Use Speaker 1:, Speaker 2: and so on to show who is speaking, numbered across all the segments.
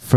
Speaker 1: for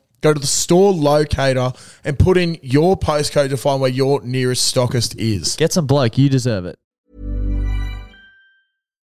Speaker 2: go to the store locator and put in your postcode to find where your nearest stockist is.
Speaker 1: Get some bloke. You deserve it.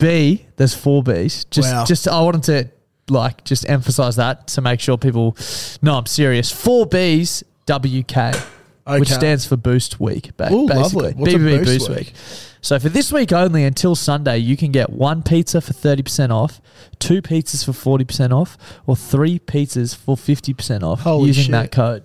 Speaker 1: B. There's four Bs. Just,
Speaker 2: Wow.
Speaker 1: just I wanted to like just emphasize that to make sure people. No, I'm serious. Four Bs. WK, which
Speaker 2: Okay.
Speaker 1: stands for Boost Week. ba-
Speaker 2: Ooh,
Speaker 1: basically,
Speaker 2: lovely. What's a
Speaker 1: BBB
Speaker 2: Boost
Speaker 1: Boost,
Speaker 2: Week?
Speaker 1: week? So for this week only, until Sunday, you can get one pizza for thirty percent off, two pizzas for forty percent off, or three pizzas for fifty percent off
Speaker 2: Holy
Speaker 1: using
Speaker 2: shit.
Speaker 1: that code.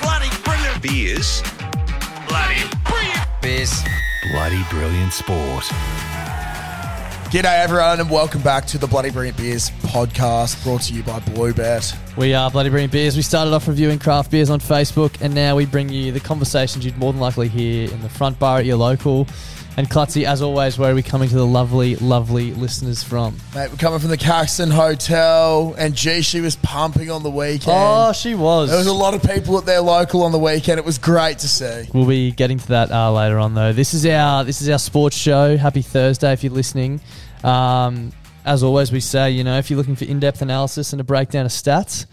Speaker 3: Bloody brilliant. Beers. Bloody brilliant. Beers. Bloody brilliant sport.
Speaker 2: G'day everyone, and welcome back to the Bloody Brilliant Beers podcast, brought to you by Bluebet.
Speaker 1: We are Bloody Brilliant Beers. We started off reviewing craft beers on Facebook, and now we bring you the conversations you'd more than likely hear in the front bar at your local. And Klutzy, as always, where are we coming to the lovely, lovely listeners from?
Speaker 2: Mate, we're coming from the Caxton Hotel, and gee, she was pumping on the weekend.
Speaker 1: Oh, she was.
Speaker 2: there was a lot of people at their local on the weekend. It was great to see.
Speaker 1: We'll be getting to that uh, later on, though. This is our this is our sports show. Happy Thursday if you're listening. Um, as always, we say, you know, if you're looking for in-depth analysis and a breakdown of stats,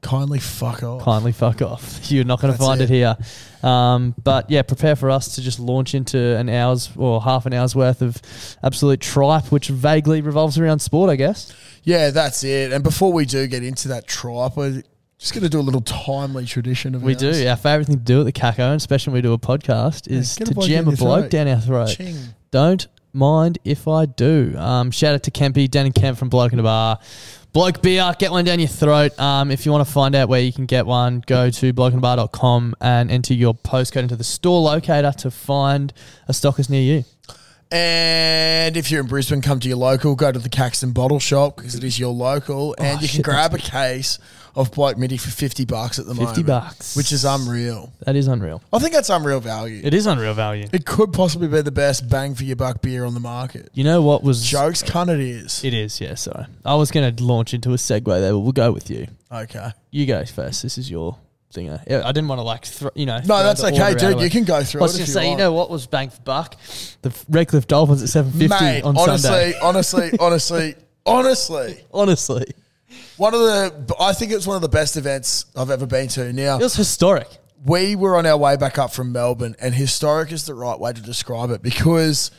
Speaker 2: Kindly fuck off.
Speaker 1: kindly fuck off. You're not going to
Speaker 2: That's
Speaker 1: find
Speaker 2: it.
Speaker 1: it, here. Um, but yeah, prepare for us to just launch into an hour's or half an hour's worth of absolute tripe, which vaguely revolves around sport, I guess.
Speaker 2: Yeah, that's it. And before we do get into that tripe, we're just going to do a little timely tradition of
Speaker 1: We
Speaker 2: ours.
Speaker 1: do. Our favourite thing to do at the Caco, and especially when we do a podcast, is
Speaker 2: get a
Speaker 1: to
Speaker 2: bloke
Speaker 1: jam
Speaker 2: down your
Speaker 1: a bloke
Speaker 2: throat.
Speaker 1: down our throat.
Speaker 2: Ching.
Speaker 1: Don't mind if I do. Um, shout out to Kempy, Dan and Kemp from Bloke in a Bar. Bloke beer, get one down your throat. Um, if you want to find out where you can get one, go to blokeinbar.com and enter your postcode into the store locator to find a stockist near you.
Speaker 2: And if you're in Brisbane, come to your local, go to the Caxton Bottle Shop because it is your local, and you can
Speaker 1: Oh, shit,
Speaker 2: grab a case of bloke midi for fifty bucks at the
Speaker 1: 50
Speaker 2: moment.
Speaker 1: bucks.
Speaker 2: which is unreal.
Speaker 1: That is unreal.
Speaker 2: I think that's unreal value. It,
Speaker 1: It is unreal value.
Speaker 2: could possibly be the best bang for your buck beer on the market.
Speaker 1: You know what was.
Speaker 2: Jokes, cunt, it is.
Speaker 1: It is, yeah, sorry. I was going to launch into a segue there, but we'll go with you.
Speaker 2: Okay.
Speaker 1: You go first. This is your thing. eh? Yeah, I didn't want to, like, thro- you know.
Speaker 2: No, that's okay, dude. You can
Speaker 1: can.
Speaker 2: go through.
Speaker 1: I was
Speaker 2: it
Speaker 1: going
Speaker 2: if you
Speaker 1: to say, you
Speaker 2: want.
Speaker 1: know what was bang for buck? The Redcliffe Dolphins at seven fifty
Speaker 2: mate.
Speaker 1: on
Speaker 2: honestly,
Speaker 1: Sunday.
Speaker 2: honestly, honestly, honestly.
Speaker 1: Honestly,
Speaker 2: One of the, I think it's one of the best events I've ever been to. Now
Speaker 1: It was historic.
Speaker 2: we were on our way back up from Melbourne, and historic is the right way to describe it because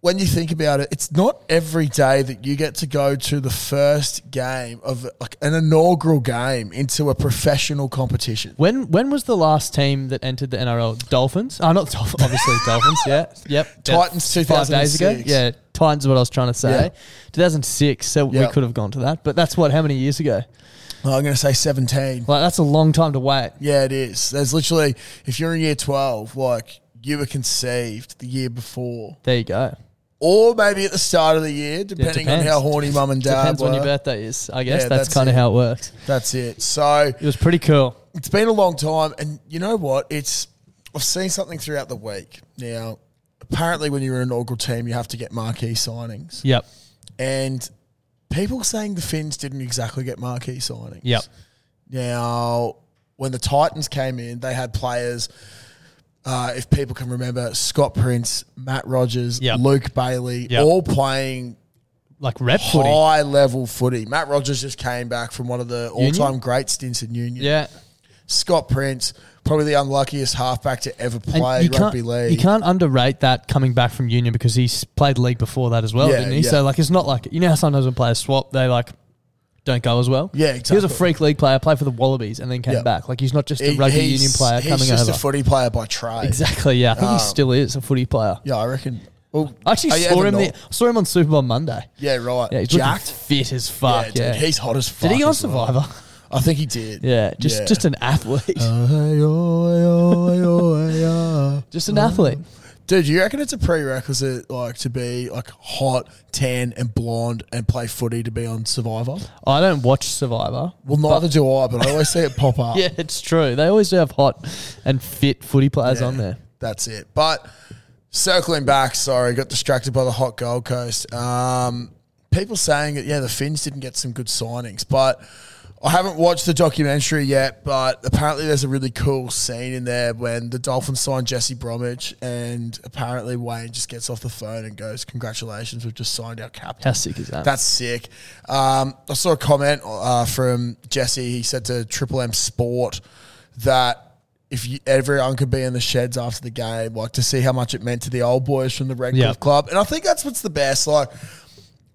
Speaker 2: when you think about it, it's not every day that you get to go to the first game of like an inaugural game into a professional competition.
Speaker 1: When when was the last team that entered the NRL? Dolphins? Oh, not Dolphins. Obviously, Dolphins. Yeah. Yep. Yeah.
Speaker 2: Titans
Speaker 1: Five days ago.
Speaker 2: 2006.
Speaker 1: Yeah. Titans. is What I was trying to say.
Speaker 2: Yeah.
Speaker 1: 2006. So
Speaker 2: Yeah.
Speaker 1: we could have gone to that, but that's what. How many years ago?
Speaker 2: Oh, I'm going to say 17.
Speaker 1: Like that's a long time to wait.
Speaker 2: Yeah, it is. There's literally, if you're in year 12, like you were conceived the year before,
Speaker 1: There you go.
Speaker 2: or maybe at the start of the year, depending on
Speaker 1: depends.
Speaker 2: how horny mum and dad
Speaker 1: Depends
Speaker 2: were.
Speaker 1: when your birthday is. I guess
Speaker 2: Yeah,
Speaker 1: that's,
Speaker 2: that's
Speaker 1: kind
Speaker 2: it.
Speaker 1: of how it works.
Speaker 2: That's it. So
Speaker 1: It was pretty cool.
Speaker 2: it's been a long time, and you know what? It's I've seen something throughout the week. Now, apparently, when you're an inaugural team, you have to get marquee signings,
Speaker 1: Yep.
Speaker 2: and people saying the Finns didn't exactly get marquee signings.
Speaker 1: Yep.
Speaker 2: Now, when the Titans came in, they had players. Uh, if people can remember, Scott Prince, Matt Rogers,
Speaker 1: Yep.
Speaker 2: Luke Bailey,
Speaker 1: Yep.
Speaker 2: all playing
Speaker 1: Like rep footy.
Speaker 2: high level footy. Matt Rogers just came back from one of the all
Speaker 1: Union?
Speaker 2: time great stints in Union.
Speaker 1: Yeah.
Speaker 2: Scott Prince, probably the unluckiest halfback to ever
Speaker 1: And
Speaker 2: play rugby
Speaker 1: can't,
Speaker 2: league.
Speaker 1: You can't underrate that coming back from union because he's played league before that as well,
Speaker 2: Yeah,
Speaker 1: didn't he?
Speaker 2: yeah.
Speaker 1: So like, it's not like you know how sometimes when players swap, they like don't go as well.
Speaker 2: Yeah,
Speaker 1: He was a
Speaker 2: exactly.
Speaker 1: freak league player, played for the Wallabies, and then came
Speaker 2: Yeah.
Speaker 1: back. Like he's not just a
Speaker 2: He-
Speaker 1: rugby
Speaker 2: he's-
Speaker 1: union player
Speaker 2: he's
Speaker 1: coming
Speaker 2: just
Speaker 1: over.
Speaker 2: a Ah. footy player by trade.
Speaker 1: exactly. Yeah, I think he still is a footy player.
Speaker 2: Yeah, I reckon. Well,
Speaker 1: I actually
Speaker 2: are you
Speaker 1: saw
Speaker 2: ever
Speaker 1: him. The,
Speaker 2: not?
Speaker 1: I saw him on Super Bowl Monday.
Speaker 2: yeah, right.
Speaker 1: Uh, Yeah, he's
Speaker 2: Jacked.
Speaker 1: looking fit as fuck.
Speaker 2: yeah,
Speaker 1: Yeah,
Speaker 2: dude, he's hot as fuck.
Speaker 1: did he go on
Speaker 2: as well.
Speaker 1: Survivor?
Speaker 2: I think he did.
Speaker 1: yeah, just
Speaker 2: Yeah.
Speaker 1: just an athlete, just
Speaker 2: Um,
Speaker 1: an athlete.
Speaker 2: Dude, do you reckon it's a prerequisite like to be like hot, tan, and blonde, and play footy to be on Survivor?
Speaker 1: I don't watch Survivor.
Speaker 2: Well, neither do I, but I always see it pop up.
Speaker 1: Yeah, it's true. They always do have hot and fit footy players on there.
Speaker 2: That's it. But circling back, sorry, got distracted by the hot Gold Coast. Um, people saying that, yeah, the Finns didn't get some good signings, but I haven't watched the documentary yet. But apparently, there's a really cool scene in there when the Dolphins signed Jesse Bromwich, and apparently, Wayne just gets off the phone and goes, Congratulations, we've just signed our captain.
Speaker 1: How sick is that?
Speaker 2: That's sick. Um, I saw a comment uh, from Jesse. He said to Triple M Sport that if you, everyone could be in the sheds after the game, like to see how much it meant to the old boys from the Redcliffe
Speaker 1: Yeah.
Speaker 2: Club. And I think that's what's the best. Like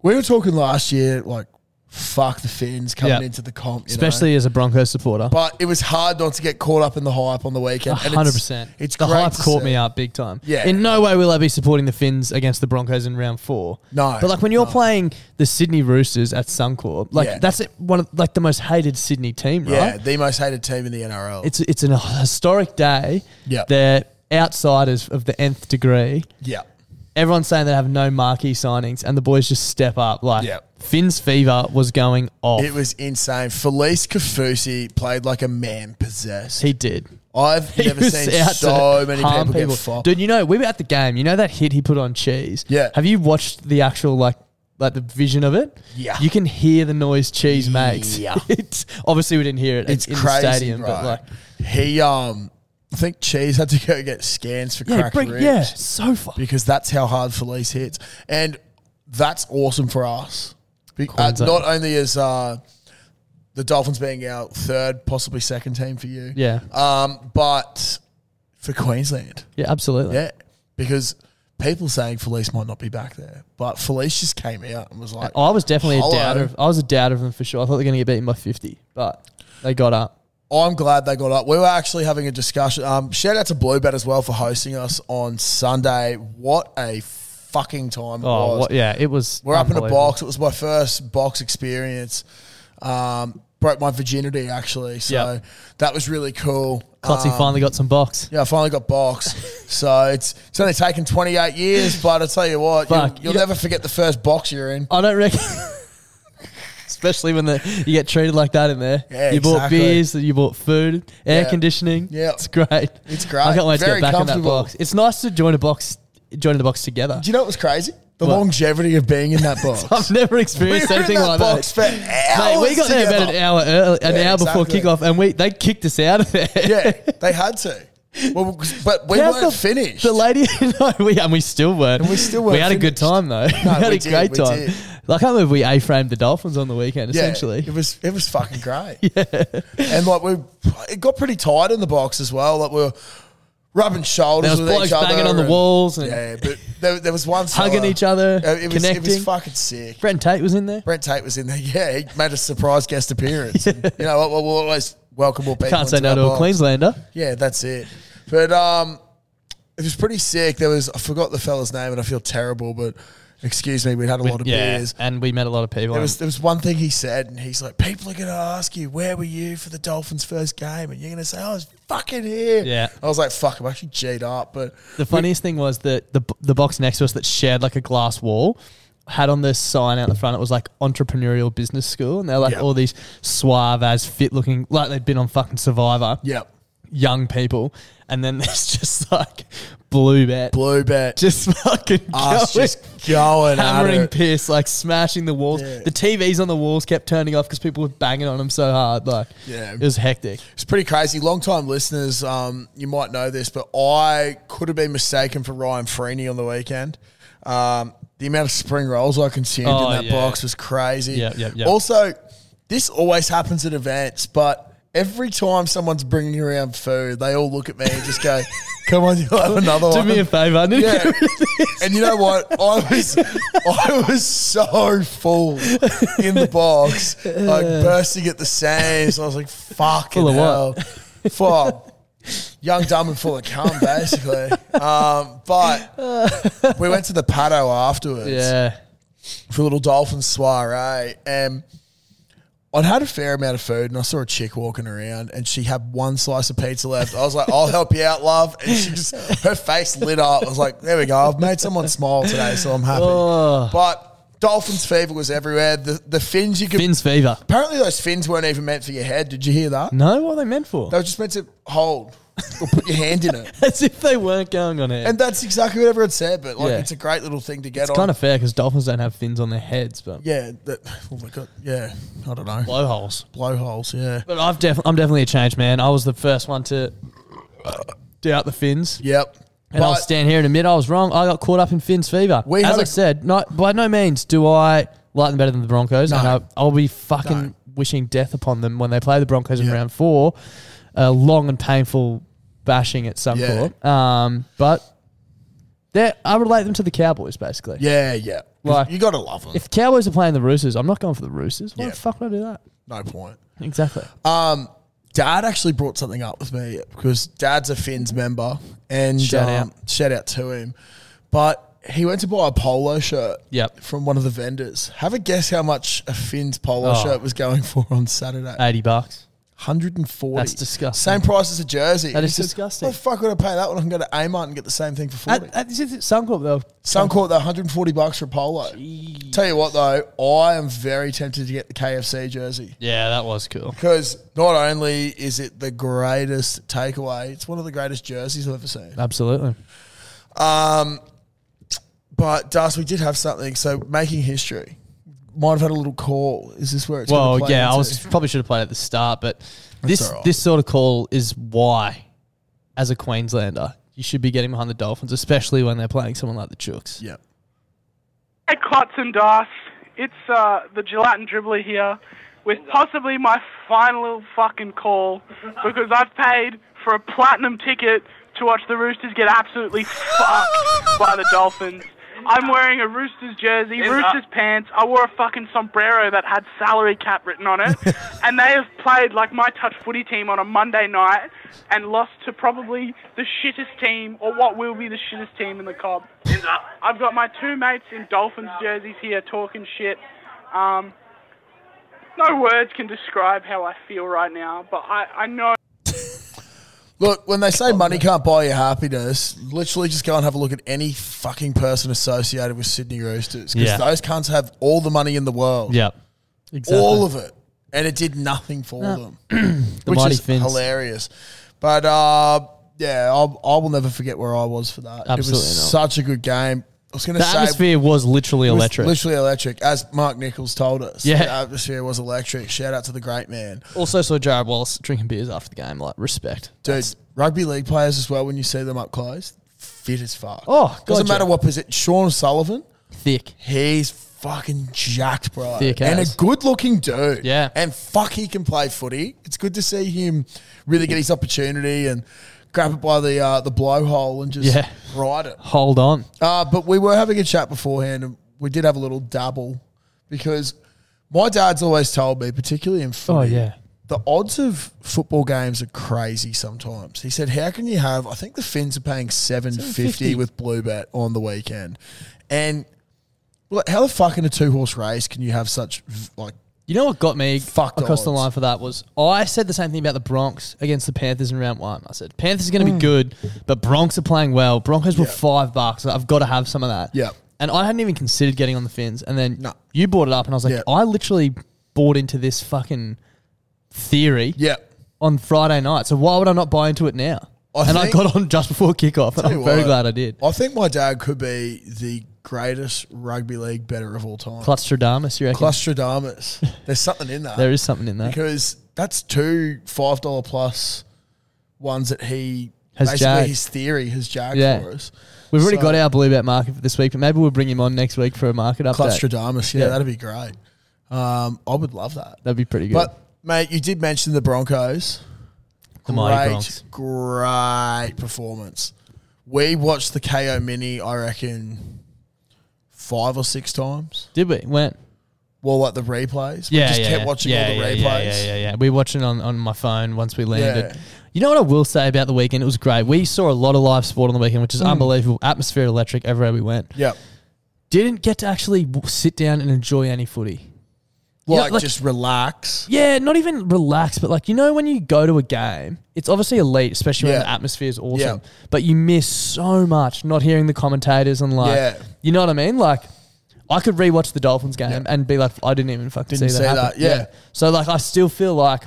Speaker 2: we were talking last year, like fuck the Finns coming
Speaker 1: Yeah.
Speaker 2: into the comp, you know?
Speaker 1: Especially as a Broncos supporter.
Speaker 2: But it was hard not to get caught up in the hype on the weekend. and it's-
Speaker 1: 100%.
Speaker 2: It's
Speaker 1: the
Speaker 2: great
Speaker 1: hype
Speaker 2: to
Speaker 1: caught
Speaker 2: see.
Speaker 1: me up big time.
Speaker 2: Yeah.
Speaker 1: In no way will I be supporting the Finns against the Broncos in round four.
Speaker 2: No,
Speaker 1: But like when you're playing the Sydney Roosters at Suncorp, like
Speaker 2: Yeah.
Speaker 1: that's it- one of like the most hated Sydney team, right?
Speaker 2: Yeah, the most hated team in the NRL.
Speaker 1: It's it's an historic day.
Speaker 2: Yeah.
Speaker 1: They're outsiders of the nth degree.
Speaker 2: yeah,
Speaker 1: Everyone's saying they have no marquee signings, and the boys just step up. Like
Speaker 2: Yeah.
Speaker 1: Finn's fever was going off.
Speaker 2: It was insane. Felice Kafusi played like a man possessed.
Speaker 1: he did.
Speaker 2: I've
Speaker 1: He
Speaker 2: never
Speaker 1: was
Speaker 2: seen
Speaker 1: out
Speaker 2: so
Speaker 1: to
Speaker 2: many
Speaker 1: harm
Speaker 2: people, get fucked.
Speaker 1: Dude, you know, we were at the game. You know that hit he put on cheese?
Speaker 2: Yeah.
Speaker 1: Have you watched the actual, like, like the vision of it?
Speaker 2: Yeah.
Speaker 1: You can hear the noise cheese makes.
Speaker 2: Yeah.
Speaker 1: it's, obviously, we didn't hear it
Speaker 2: it's
Speaker 1: in
Speaker 2: crazy,
Speaker 1: the stadium,
Speaker 2: bro.
Speaker 1: but, like,
Speaker 2: he, um, I think Cheese had to go get scans for
Speaker 1: yeah,
Speaker 2: cracked
Speaker 1: bring,
Speaker 2: ribs
Speaker 1: yeah, so far.
Speaker 2: because that's how hard Felice hits, and that's awesome for us. Be- uh,
Speaker 1: Queensland.
Speaker 2: not only is uh, the Dolphins being our third, possibly second team for you,
Speaker 1: Yeah.
Speaker 2: um, but for Queensland.
Speaker 1: Yeah, absolutely.
Speaker 2: Yeah, because people saying Felice might not be back there, but Felice just came out and was like,
Speaker 1: I was definitely
Speaker 2: Hello.
Speaker 1: a doubter. Of, I was a doubter of them for sure. I thought they were going to get beaten by 50, but they got up.
Speaker 2: "I'm glad they got up." We were actually having a discussion. Um, shout out to Bluebet as well for hosting us on Sunday. What a fucking time! It
Speaker 1: Oh,
Speaker 2: was.
Speaker 1: what, yeah, it was.
Speaker 2: We're up in a
Speaker 1: unbelievable.
Speaker 2: box. It was my first box experience. Um, broke my virginity actually, so
Speaker 1: Yeah.
Speaker 2: that was really cool.
Speaker 1: Clutzy
Speaker 2: Um,
Speaker 1: finally got some box.
Speaker 2: Yeah, I finally got box. so it's it's only taken 28 years, but I tell you what, you'll,
Speaker 1: Fuck.
Speaker 2: you'll never forget the first box you're in.
Speaker 1: I don't reckon. Especially when the, you get treated like that in there.
Speaker 2: Yeah,
Speaker 1: you bought
Speaker 2: exactly.
Speaker 1: beers, you bought food, air
Speaker 2: Yeah.
Speaker 1: conditioning.
Speaker 2: Yeah.
Speaker 1: it's great.
Speaker 2: It's great.
Speaker 1: I can't wait
Speaker 2: Very
Speaker 1: to get back in that
Speaker 2: comfortable.
Speaker 1: box. It's nice to join a box, join the box together.
Speaker 2: Do you know what was crazy? The
Speaker 1: What?
Speaker 2: longevity of being in that box.
Speaker 1: I've never experienced
Speaker 2: were in
Speaker 1: anything
Speaker 2: that
Speaker 1: like
Speaker 2: box
Speaker 1: that.
Speaker 2: for hours
Speaker 1: Mate, we got there about
Speaker 2: together.
Speaker 1: an hour early, an
Speaker 2: Yeah,
Speaker 1: hour before
Speaker 2: exactly.
Speaker 1: kickoff, and we they kicked us out of there.
Speaker 2: yeah, they had to. Well, but we
Speaker 1: How's
Speaker 2: weren't
Speaker 1: the,
Speaker 2: finished.
Speaker 1: The lady, no, we and we still weren't.
Speaker 2: we still
Speaker 1: We
Speaker 2: weren't
Speaker 1: had a good
Speaker 2: finished.
Speaker 1: time though. we had
Speaker 2: we
Speaker 1: a
Speaker 2: did,
Speaker 1: great
Speaker 2: we
Speaker 1: time.
Speaker 2: did.
Speaker 1: I can't believe we A-framed the Dolphins on the weekend,
Speaker 2: Yeah,
Speaker 1: essentially.
Speaker 2: it was it was fucking great. yeah, and like we, it got pretty tight in the box as well. Like we were rubbing shoulders.
Speaker 1: There was
Speaker 2: with
Speaker 1: blokes
Speaker 2: each other
Speaker 1: banging on the
Speaker 2: and-
Speaker 1: walls and-
Speaker 2: yeah, but there, there was one
Speaker 1: Hugging
Speaker 2: fella-
Speaker 1: each other,
Speaker 2: Uh, It was, it
Speaker 1: connecting.
Speaker 2: was fucking sick.
Speaker 1: Brent Tate was in there.
Speaker 2: Brent Tate was in there. Yeah, he made a surprise guest appearance. And, you know, what, we'll, we'll always welcome more people.
Speaker 1: Can't say
Speaker 2: into
Speaker 1: no
Speaker 2: our
Speaker 1: to a
Speaker 2: box.
Speaker 1: Queenslander.
Speaker 2: Yeah, that's it. But um, it was pretty sick. There was I forgot the fella's name, and I feel terrible. But excuse me, we'd had a lot of
Speaker 1: yeah,
Speaker 2: beers.
Speaker 1: and we met a lot of people.
Speaker 2: There was there was one thing he said, and he's like, "People are going to ask you where were you for the Dolphins' first game, and you're going to say "Oh, I was fucking here."
Speaker 1: Yeah.
Speaker 2: I was like, "Fuck, I'm actually G'd up." But
Speaker 1: the funniest thing was that the the box next to us that shared like a glass wall had on the sign out the front. It was like entrepreneurial business school, and they're like
Speaker 2: Yeah.
Speaker 1: all these suave as fit looking, like they'd been on fucking Survivor.
Speaker 2: yeah,
Speaker 1: young people, and then there's just like blue bet,
Speaker 2: blue bet, just,
Speaker 1: just fucking
Speaker 2: us
Speaker 1: going,
Speaker 2: just going at
Speaker 1: hammering
Speaker 2: it.
Speaker 1: piss, like smashing the walls.
Speaker 2: Yeah.
Speaker 1: The TVs on the walls kept turning off because people were banging on them so hard. Like,
Speaker 2: Yeah.
Speaker 1: it was hectic.
Speaker 2: It's pretty crazy. Long time listeners, um, you might know this, but I could have been mistaken for Ryan Freeney on the weekend. Um, the amount of spring rolls I consumed
Speaker 1: Oh,
Speaker 2: in that
Speaker 1: yeah.
Speaker 2: box was crazy.
Speaker 1: Yep, yep, yep.
Speaker 2: Also, this always happens at events, but every time someone's bringing around food, they all look at me and just go, "Come on, you'll have another
Speaker 1: Do
Speaker 2: one."
Speaker 1: me a favor, I need to
Speaker 2: Oh, Yeah.
Speaker 1: get rid of this.
Speaker 2: And you know what? I was I was so full in the box, like bursting at the seams. I was like, fucking
Speaker 1: Full of
Speaker 2: hell.
Speaker 1: what?
Speaker 2: Fuck. Young, dumb, and full of cum, basically. Um, but we went to the paddo afterwards
Speaker 1: Yeah,
Speaker 2: for a little dolphin soiree. And I'd had a fair amount of food and I saw a chick walking around and she had one slice of pizza left. I was like, I'll help you out, love. And she just, her face lit up. I was like, there we go. I've made someone smile today, so I'm happy. But dolphins fever was everywhere. The, the fins you could.
Speaker 1: Finn's fever.
Speaker 2: Apparently, those fins weren't even meant for your head. Did you hear that?
Speaker 1: No, what are they meant for?
Speaker 2: They were just meant to hold or put your hand in it.
Speaker 1: As if they weren't going on it.
Speaker 2: And that's exactly what everyone said, but like,
Speaker 1: Yeah.
Speaker 2: it's a great little thing to get
Speaker 1: It's
Speaker 2: on.
Speaker 1: kind of fair because dolphins don't have fins on their heads, but
Speaker 2: yeah. That, oh my God. Yeah. I don't know.
Speaker 1: blowholes.
Speaker 2: blowholes. Yeah.
Speaker 1: But I've def- I'm definitely a changed man. I was the first one to doubt the fins.
Speaker 2: Yep.
Speaker 1: And I'll stand here and admit I was wrong. I got caught up in Finn's fever.
Speaker 2: We
Speaker 1: As
Speaker 2: had
Speaker 1: I
Speaker 2: a-
Speaker 1: said, not, by no means do I like them better than the Broncos. And I, I'll be fucking
Speaker 2: No.
Speaker 1: wishing death upon them when they play the Broncos in
Speaker 2: Yeah.
Speaker 1: round four. A long and painful bashing at some
Speaker 2: Yeah.
Speaker 1: court. Um, but they're- I relate them to the Cowboys, basically.
Speaker 2: yeah, yeah.
Speaker 1: Like-
Speaker 2: you got to love them.
Speaker 1: If the Cowboys are playing the Roosters, I'm not going for the Roosters. Why
Speaker 2: Yeah.
Speaker 1: the fuck would I do that?
Speaker 2: no point.
Speaker 1: Exactly.
Speaker 2: Um, Dad actually brought something up with me because Dad's a Finns member, and
Speaker 1: Shout
Speaker 2: um, shout out to him. But he went to buy a polo shirt.
Speaker 1: Yep.
Speaker 2: From one of the vendors. Have a guess how much a Finns polo
Speaker 1: Oh.
Speaker 2: shirt was going for on Saturday?
Speaker 1: 80 bucks.
Speaker 2: 140.
Speaker 1: That's disgusting.
Speaker 2: Same price as a jersey.
Speaker 1: That
Speaker 2: He
Speaker 1: is
Speaker 2: said,
Speaker 1: disgusting.
Speaker 2: Why the fuck would I pay that when I can go to Amart and get the same thing for 40?
Speaker 1: At, at, is it Suncorp though?
Speaker 2: Some caught the 140 bucks for a polo. Tell you what though, I am very tempted to get the KFC jersey
Speaker 1: Yeah, that was cool.
Speaker 2: because not only is it the greatest takeaway, it's one of the greatest jerseys I've ever seen.
Speaker 1: Absolutely.
Speaker 2: But Dust, we did have something. So making history might have had a little call. Is this where it's? gonna
Speaker 1: Well,
Speaker 2: play
Speaker 1: yeah, I
Speaker 2: into?
Speaker 1: was probably should have played at the start, but this
Speaker 2: all right.
Speaker 1: this sort of call is why, as a Queenslander, you should be getting behind the Dolphins, especially when they're playing someone like the Chooks.
Speaker 2: Yeah.
Speaker 4: Hey, Klotz and Doss. It's uh, the Gelatin Dribbler here with possibly my final fucking call because I've paid for a platinum ticket to watch the Roosters get absolutely fucked by the Dolphins. I'm wearing a Roosters jersey, Roosters pants. I wore a fucking sombrero that had salary cap written on it. and they have played like my touch footy team on a Monday night and lost to probably the shittest team or what will be the shittest team in the Cobb. I've got my two mates in Dolphins jerseys here talking shit. Um, no words can describe how I feel right now, but I, I know
Speaker 2: Look, when they say money can't buy you happiness, literally just go and have a look at any fucking person associated with Sydney Roosters because
Speaker 1: Yeah.
Speaker 2: those cunts have all the money in the world.
Speaker 1: Yeah, exactly.
Speaker 2: all of it, and it did nothing for them, which
Speaker 1: mighty
Speaker 2: is
Speaker 1: Finns.
Speaker 2: hilarious. But uh, yeah, I'll, I will never forget where I was for that. it
Speaker 1: Absolutely
Speaker 2: was
Speaker 1: not.
Speaker 2: such a good game. I was going to
Speaker 1: the
Speaker 2: say
Speaker 1: atmosphere was literally
Speaker 2: it was
Speaker 1: electric.
Speaker 2: literally electric, as Mark Nichols told us.
Speaker 1: Yeah.
Speaker 2: the atmosphere was electric. Shout out to the great man,
Speaker 1: also saw Jared Wallace drinking beers after the game. Like respect.
Speaker 2: dude. rugby league players as well. When you see them up close, fit as fuck.
Speaker 1: Oh,
Speaker 2: doesn't
Speaker 1: gotcha.
Speaker 2: matter what position. Sean Sullivan,
Speaker 1: Thick.
Speaker 2: he's fucking jacked, bro.
Speaker 1: Thick
Speaker 2: and a
Speaker 1: as.
Speaker 2: good looking dude.
Speaker 1: Yeah.
Speaker 2: And fuck, he can play footy. It's good to see him really get his opportunity and grab it by the uh, the blowhole and just
Speaker 1: Yeah.
Speaker 2: ride it.
Speaker 1: Hold on.
Speaker 2: Uh, but we were having a chat beforehand, and we did have a little dabble because my dad's always told me, particularly in
Speaker 1: Oh,
Speaker 2: footy,
Speaker 1: yeah.
Speaker 2: the odds of football games are crazy sometimes. He said, "How can you have? I think the Finns are paying seven fifty with Blue Bet on the weekend, and well, how the fuck in a two horse race can you have such v- like
Speaker 1: You know what got me
Speaker 2: Fucked
Speaker 1: across the
Speaker 2: odds.
Speaker 1: line for that was I said the same thing about the Bronx against the Panthers in round one. I said Panthers are going to be good, but Bronx are playing well. Broncos were
Speaker 2: Mm. Yeah.
Speaker 1: five bucks. I've got to have some of that.
Speaker 2: Yeah.
Speaker 1: And I hadn't even considered getting on the fins, and then
Speaker 2: No.
Speaker 1: you brought it up, and I was like,
Speaker 2: Yeah.
Speaker 1: I literally bought into this fucking theory
Speaker 2: yeah?"
Speaker 1: on Friday night. So why would I not buy into it now?
Speaker 2: I
Speaker 1: and I
Speaker 2: think-
Speaker 1: got on just before kickoff, and
Speaker 2: Tell you
Speaker 1: I'm very
Speaker 2: what,
Speaker 1: glad I did.
Speaker 2: I think my dad could be the greatest rugby league better of all time.
Speaker 1: Clutstradamus, you reckon?
Speaker 2: Clustradamus. There's something in that.
Speaker 1: there is something in that.
Speaker 2: because that's two five dollar plus ones that he
Speaker 1: Has
Speaker 2: basically
Speaker 1: jagged.
Speaker 2: his theory has jagged
Speaker 1: Yeah.
Speaker 2: for us.
Speaker 1: We've already
Speaker 2: So-
Speaker 1: got our blue bet market for this week, but maybe we'll bring him on next week for a market update.
Speaker 2: Clustradamus, yeah,
Speaker 1: Yeah.
Speaker 2: that'd be great. Um, I would love that.
Speaker 1: That'd be pretty good.
Speaker 2: But mate, you did mention the Broncos.
Speaker 1: the
Speaker 2: great,
Speaker 1: Mighty Bronx.
Speaker 2: great performance. We watched the KO mini, I reckon, five or six times.
Speaker 1: Did we? Went.
Speaker 2: Well, like the replays. We just kept watching all the
Speaker 1: yeah,
Speaker 2: replays.
Speaker 1: Yeah, yeah, yeah, yeah. We watched it on, on my phone once we landed.
Speaker 2: Yeah.
Speaker 1: You know what I will say about the weekend? It was great. We saw a lot of live sport on the weekend, which
Speaker 2: Hmm.
Speaker 1: is unbelievable. Atmosphere electric everywhere we went.
Speaker 2: Yep.
Speaker 1: Didn't get to actually w- sit down and enjoy any footy. know,
Speaker 2: like
Speaker 1: like-
Speaker 2: just relax.
Speaker 1: Yeah, not even relax, but like you know when you go to a game, it's obviously elite, especially
Speaker 2: Yeah.
Speaker 1: when the atmosphere is awesome.
Speaker 2: Yeah.
Speaker 1: But you miss so much not hearing the commentators and like,
Speaker 2: Yeah.
Speaker 1: you know what I mean? Like, I could rewatch the Dolphins game and be like, I didn't even fucking
Speaker 2: Didn't
Speaker 1: see
Speaker 2: see
Speaker 1: that.
Speaker 2: that,
Speaker 1: happen.
Speaker 2: yeah.
Speaker 1: So like, I still feel like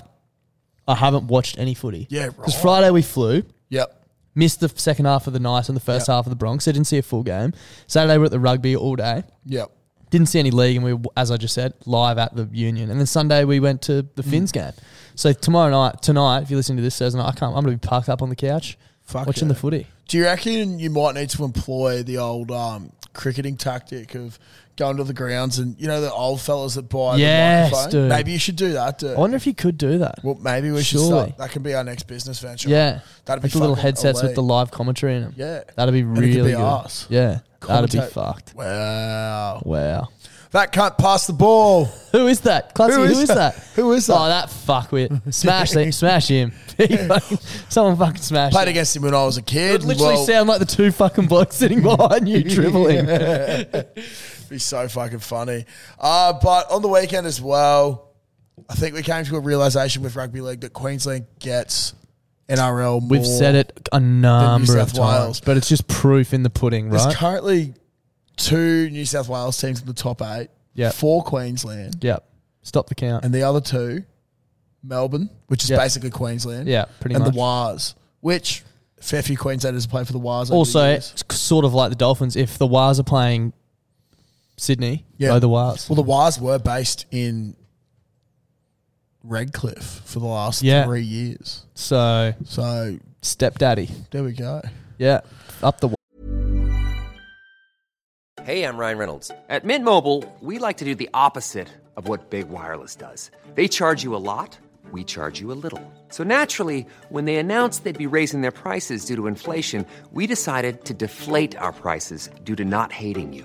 Speaker 1: I haven't watched any footy.
Speaker 2: Yeah, right.
Speaker 1: Because Friday we flew.
Speaker 2: Yep.
Speaker 1: Missed the f- second half of the night and the first half of the Bronx. So didn't see a full game. Saturday we we're at the rugby all day
Speaker 2: Yep.
Speaker 1: didn't see any league, and we, were, as I just said, live at the Union. And then Sunday we went to the
Speaker 2: Mm.
Speaker 1: Finns game. So tomorrow night, tonight, if you're listening to this Thursday night, I can't. I'm going to be parked up on the couch
Speaker 2: Fuck
Speaker 1: watching
Speaker 2: yeah.
Speaker 1: the footy.
Speaker 2: Do you reckon you might need to employ the old um, cricketing tactic of going to the grounds and you know the old fellas that buy
Speaker 1: Yes,
Speaker 2: the microphone?
Speaker 1: dude.
Speaker 2: Maybe you should do that, dude.
Speaker 1: I wonder if you could do that.
Speaker 2: well, maybe we should
Speaker 1: Surely.
Speaker 2: start. That can be our next business venture.
Speaker 1: yeah,
Speaker 2: that'd be
Speaker 1: like the little
Speaker 2: fucking
Speaker 1: headsets with
Speaker 2: elite.
Speaker 1: the live commentary in them.
Speaker 2: Yeah.
Speaker 1: that'd be
Speaker 2: And it could
Speaker 1: really
Speaker 2: be
Speaker 1: good.
Speaker 2: us.
Speaker 1: Yeah, that'd be
Speaker 2: Commentate.
Speaker 1: fucked.
Speaker 2: Wow,
Speaker 1: Wow.
Speaker 2: that can't pass the ball.
Speaker 1: Who is that? Clutzy,
Speaker 2: Who is
Speaker 1: who is
Speaker 2: that?
Speaker 1: that?
Speaker 2: Who is that?
Speaker 1: Oh, that fuckwit. Smash, that, smash him. He fucking- Someone fucking smash
Speaker 2: Played
Speaker 1: him.
Speaker 2: against him when I was a
Speaker 1: It
Speaker 2: kid.
Speaker 1: would literally
Speaker 2: well,
Speaker 1: sound like the two fucking blokes sitting behind you dribbling.
Speaker 2: be so fucking funny. Uh, but on the weekend as well, I think we came to a realization with rugby league that Queensland gets NRL. More
Speaker 1: We've said it a number of
Speaker 2: South Wales.
Speaker 1: times, but it's just proof in the pudding,
Speaker 2: There's
Speaker 1: right?
Speaker 2: currently two New South Wales teams in the top eight.
Speaker 1: Yep.
Speaker 2: Four Queensland.
Speaker 1: yep. Stop the count.
Speaker 2: And the other two, Melbourne, which is
Speaker 1: Yep.
Speaker 2: basically Queensland.
Speaker 1: Yeah, pretty
Speaker 2: and
Speaker 1: much.
Speaker 2: the Wars, which a fair few Queenslanders have played for the Wars. over the
Speaker 1: also,
Speaker 2: years.
Speaker 1: it's sort of like the Dolphins. If the Wars are playing Sydney,
Speaker 2: Yeah.
Speaker 1: go the Wars.
Speaker 2: well, the Wars were based in Redcliffe for the last
Speaker 1: Yeah.
Speaker 2: three years.
Speaker 1: So,
Speaker 2: So
Speaker 1: stepdaddy.
Speaker 2: there we go.
Speaker 1: Yeah. Up the wa-
Speaker 5: Hey, I'm Ryan Reynolds. At Mint Mobile, we like to do the opposite of what Big Wireless does. They charge you a lot, we charge you a little. So naturally, when they announced they'd be raising their prices due to inflation, we decided to deflate our prices due to not hating you.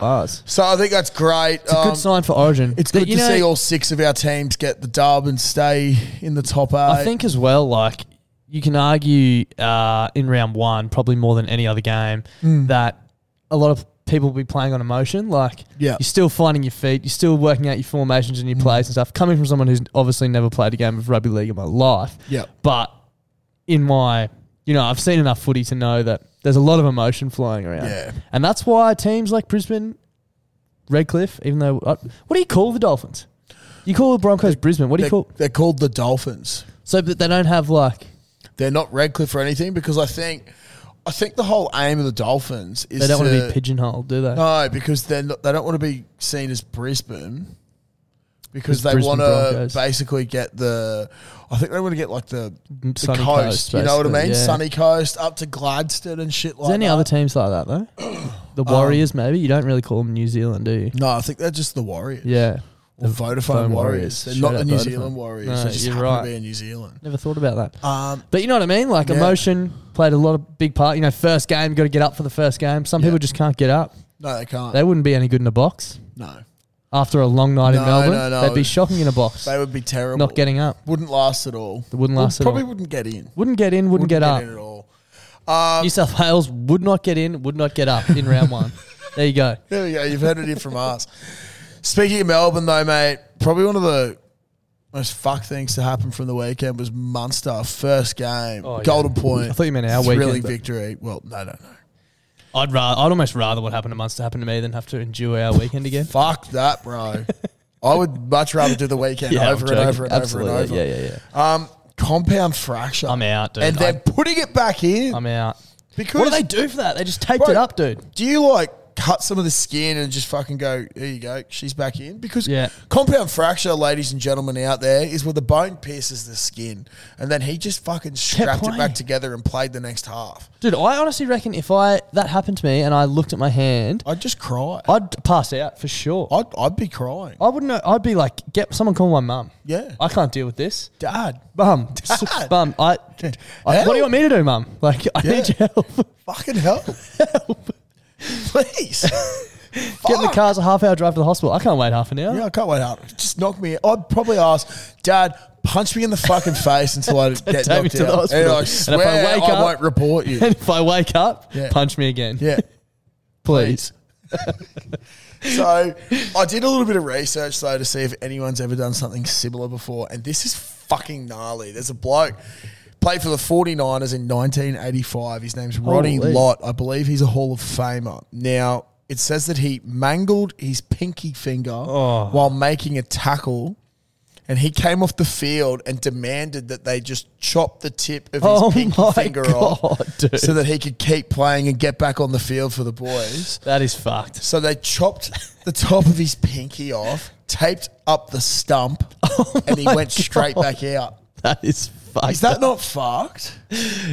Speaker 1: Wars.
Speaker 2: So I think that's great. Um,
Speaker 1: It's a good sign for Origin.
Speaker 2: It's
Speaker 1: That,
Speaker 2: good
Speaker 1: you
Speaker 2: to
Speaker 1: know,
Speaker 2: see all six of our teams get the dub and stay in the top eight.
Speaker 1: I think as well, like you can
Speaker 2: Hmm.
Speaker 1: argue uh, in round one, probably more than any other game, that a lot of people will be playing on emotion. Like,
Speaker 2: Yeah. Hmm.
Speaker 1: you're still finding your feet, you're still working out your formations and your plays and stuff. Coming from someone who's obviously never played a game of rugby league in my life,
Speaker 2: Yeah.
Speaker 1: but in my, you know, I've seen enough footy to know that there's a lot of emotion flying around.
Speaker 2: Yeah.
Speaker 1: And that's why teams like Brisbane, Redcliffe, even though, uh, what do you call the Dolphins? You call the Broncos Brisbane. What do
Speaker 2: They're,
Speaker 1: you call?
Speaker 2: they're called the Dolphins.
Speaker 1: So that they don't have like
Speaker 2: They're not Redcliffe or anything because I think, I think the whole aim of the Dolphins is
Speaker 1: they don't want to be
Speaker 2: to-
Speaker 1: pigeonholed, do they?
Speaker 2: No, because they're not, they don't want to be seen as Brisbane because
Speaker 1: As
Speaker 2: they
Speaker 1: Brisbane
Speaker 2: want to
Speaker 1: Broncos.
Speaker 2: basically get the. I think they want to get like the, the
Speaker 1: Sunny
Speaker 2: coast.
Speaker 1: coast,
Speaker 2: you know what I
Speaker 1: basically,
Speaker 2: mean?
Speaker 1: yeah.
Speaker 2: Sunny coast up to Gladstone and shit like
Speaker 1: Is there any
Speaker 2: that.
Speaker 1: other teams like that though? The Warriors, maybe you don't really call them New Zealand, do you?
Speaker 2: Um, no, I think they're just the Warriors.
Speaker 1: Yeah,
Speaker 2: Or Vodafone
Speaker 1: Vodafone
Speaker 2: Warriors.
Speaker 1: Warriors.
Speaker 2: They're
Speaker 1: Shout
Speaker 2: not the
Speaker 1: out
Speaker 2: New
Speaker 1: Vodafone.
Speaker 2: Zealand Warriors.
Speaker 1: No,
Speaker 2: they just
Speaker 1: you're
Speaker 2: happen
Speaker 1: right.
Speaker 2: to be in New Zealand.
Speaker 1: never thought about that.
Speaker 2: Um,
Speaker 1: but you know what I mean? Like
Speaker 2: yeah.
Speaker 1: emotion played a lot of big part. You know, first game, got to get up for the first game. Some people just can't get up.
Speaker 2: No, they can't.
Speaker 1: They wouldn't be any good in a box
Speaker 2: no.
Speaker 1: after a long night in
Speaker 2: No,
Speaker 1: Melbourne.
Speaker 2: no, no.
Speaker 1: They'd be shocking in a box,
Speaker 2: They would be terrible.
Speaker 1: not getting up.
Speaker 2: Wouldn't last at all.
Speaker 1: They wouldn't
Speaker 2: Would-
Speaker 1: last at
Speaker 2: probably
Speaker 1: all.
Speaker 2: wouldn't get in.
Speaker 1: Wouldn't get in, wouldn't, get up.
Speaker 2: in at all.
Speaker 1: New South Wales would not get in, would not get up in round one. There you go.
Speaker 2: There we go. You've heard it here from us. Speaking of Melbourne, though, mate, probably one of the most fuck things to happen from the weekend was Munster first game,
Speaker 1: Oh, yeah.
Speaker 2: Golden Point.
Speaker 1: I thought you meant our
Speaker 2: thrilling
Speaker 1: weekend, but-
Speaker 2: victory. Well, no, no, no.
Speaker 1: I'd rather, I'd almost rather what happened to Munster happen to me than have to endure our weekend again.
Speaker 2: Fuck that, bro. I would much rather do the weekend
Speaker 1: I'm
Speaker 2: over and
Speaker 1: joking.
Speaker 2: over and
Speaker 1: Absolutely.
Speaker 2: over and over.
Speaker 1: Yeah, yeah, yeah.
Speaker 2: Um, compound fracture.
Speaker 1: I'm out, dude.
Speaker 2: And they're
Speaker 1: I-
Speaker 2: putting it back in
Speaker 1: I'm out.
Speaker 2: because
Speaker 1: What do they do for that? They just taped
Speaker 2: Bro,
Speaker 1: it up, dude.
Speaker 2: Do you like cut some of the skin and just fucking go, here you go, she's back in? Because
Speaker 1: Yeah.
Speaker 2: compound fracture, ladies and gentlemen out there, is where the bone pierces the skin. And then he just fucking strapped it
Speaker 1: playing.
Speaker 2: back together and played the next half.
Speaker 1: Dude, I honestly reckon if I that happened to me and I looked at my hand,
Speaker 2: I'd just cry. I'd,
Speaker 1: I'd pass out for sure. I,
Speaker 2: I'd, be crying.
Speaker 1: wouldn't. Know, I'd be like, get someone call my mum.
Speaker 2: Yeah.
Speaker 1: I can't deal with this.
Speaker 2: Dad,
Speaker 1: Mum, so- mum, I, I- What do you want me to do, mum? Like, I
Speaker 2: Yeah.
Speaker 1: need your help.
Speaker 2: fucking help. Please.
Speaker 1: Get in the car's a half hour drive to the hospital. I can't wait half an hour.
Speaker 2: Yeah, I can't wait out. Just knock me out. I'd probably ask, Dad, punch me in the fucking face until I get
Speaker 1: Take me
Speaker 2: knocked
Speaker 1: to the
Speaker 2: out.
Speaker 1: hospital.
Speaker 2: And
Speaker 1: And
Speaker 2: I
Speaker 1: if I
Speaker 2: swear I,
Speaker 1: wake up-
Speaker 2: won't report you.
Speaker 1: And if I wake up,
Speaker 2: Yeah.
Speaker 1: punch me again,
Speaker 2: Yeah.
Speaker 1: please.
Speaker 2: So I did a little bit of research though to see if anyone's ever done something similar before, and this is fucking gnarly. There's a bloke played for the 49ers in 1985. His name's Ronnie
Speaker 1: Holy.
Speaker 2: Lott. I believe he's a Hall of Famer. Now it says that he mangled his pinky finger
Speaker 1: Oh.
Speaker 2: while making a tackle. And he came off the field and demanded that they just chop the tip of his
Speaker 1: Oh
Speaker 2: pinky
Speaker 1: my
Speaker 2: finger
Speaker 1: God,
Speaker 2: off
Speaker 1: dude.
Speaker 2: so that he could keep playing and get back on the field for the boys.
Speaker 1: That is fucked.
Speaker 2: So they chopped the top of his pinky off, taped up the stump,
Speaker 1: Oh
Speaker 2: and he went straight back out.
Speaker 1: That is fucked.
Speaker 2: Is that not fucked?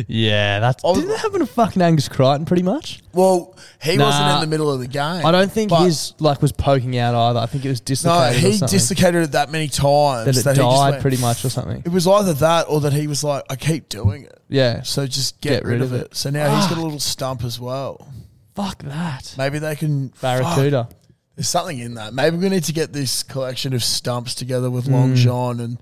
Speaker 1: Yeah, that's.
Speaker 2: Oh.
Speaker 1: Didn't that happen to fucking Angus Crichton pretty much?
Speaker 2: Well, he
Speaker 1: Nah.
Speaker 2: wasn't in the middle of the game.
Speaker 1: I don't think
Speaker 2: but-
Speaker 1: his like was poking out either. I think it was
Speaker 2: No,
Speaker 1: dislocated. or
Speaker 2: he
Speaker 1: something.
Speaker 2: dislocated it that many times
Speaker 1: that it
Speaker 2: he just
Speaker 1: died
Speaker 2: went-
Speaker 1: pretty much or something.
Speaker 2: It was either that or that he was like, "I keep doing it,
Speaker 1: Yeah.
Speaker 2: so just get, rid, of it. So now he's got
Speaker 1: Ah.
Speaker 2: a little stump as well.
Speaker 1: Fuck that.
Speaker 2: Maybe they can fuck.
Speaker 1: Barracuda.
Speaker 2: There's something in that. Maybe we need to get this collection of stumps together with
Speaker 1: Hmm.
Speaker 2: Long John and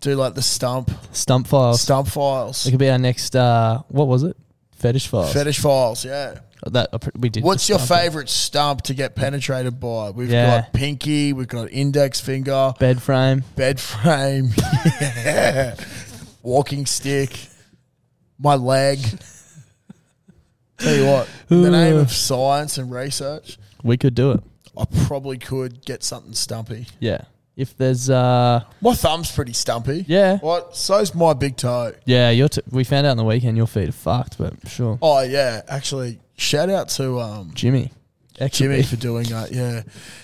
Speaker 2: do like the stump
Speaker 1: Stump files.
Speaker 2: stump files.
Speaker 1: It could be our next. Uh, what was it? Fetish files.
Speaker 2: Fetish files, yeah.
Speaker 1: That uh, pr- we did.
Speaker 2: What's your
Speaker 1: stump it.
Speaker 2: favorite stump to get penetrated by? We've
Speaker 1: Yeah.
Speaker 2: got pinky, we've got index finger,
Speaker 1: bed frame?
Speaker 2: bed frame, yeah. walking stick, my leg. Tell you what, in the name of science and research,
Speaker 1: We could do it.
Speaker 2: I probably could get something stumpy.
Speaker 1: Yeah. If there's uh,
Speaker 2: My thumb's pretty stumpy.
Speaker 1: Yeah.
Speaker 2: What? So's my big toe.
Speaker 1: yeah, your t- we found out on the weekend your feet are fucked, but sure.
Speaker 2: Oh yeah, actually, shout out to um,
Speaker 1: Jimmy, Extra
Speaker 2: Jimmy
Speaker 1: beef.
Speaker 2: for doing that. Yeah,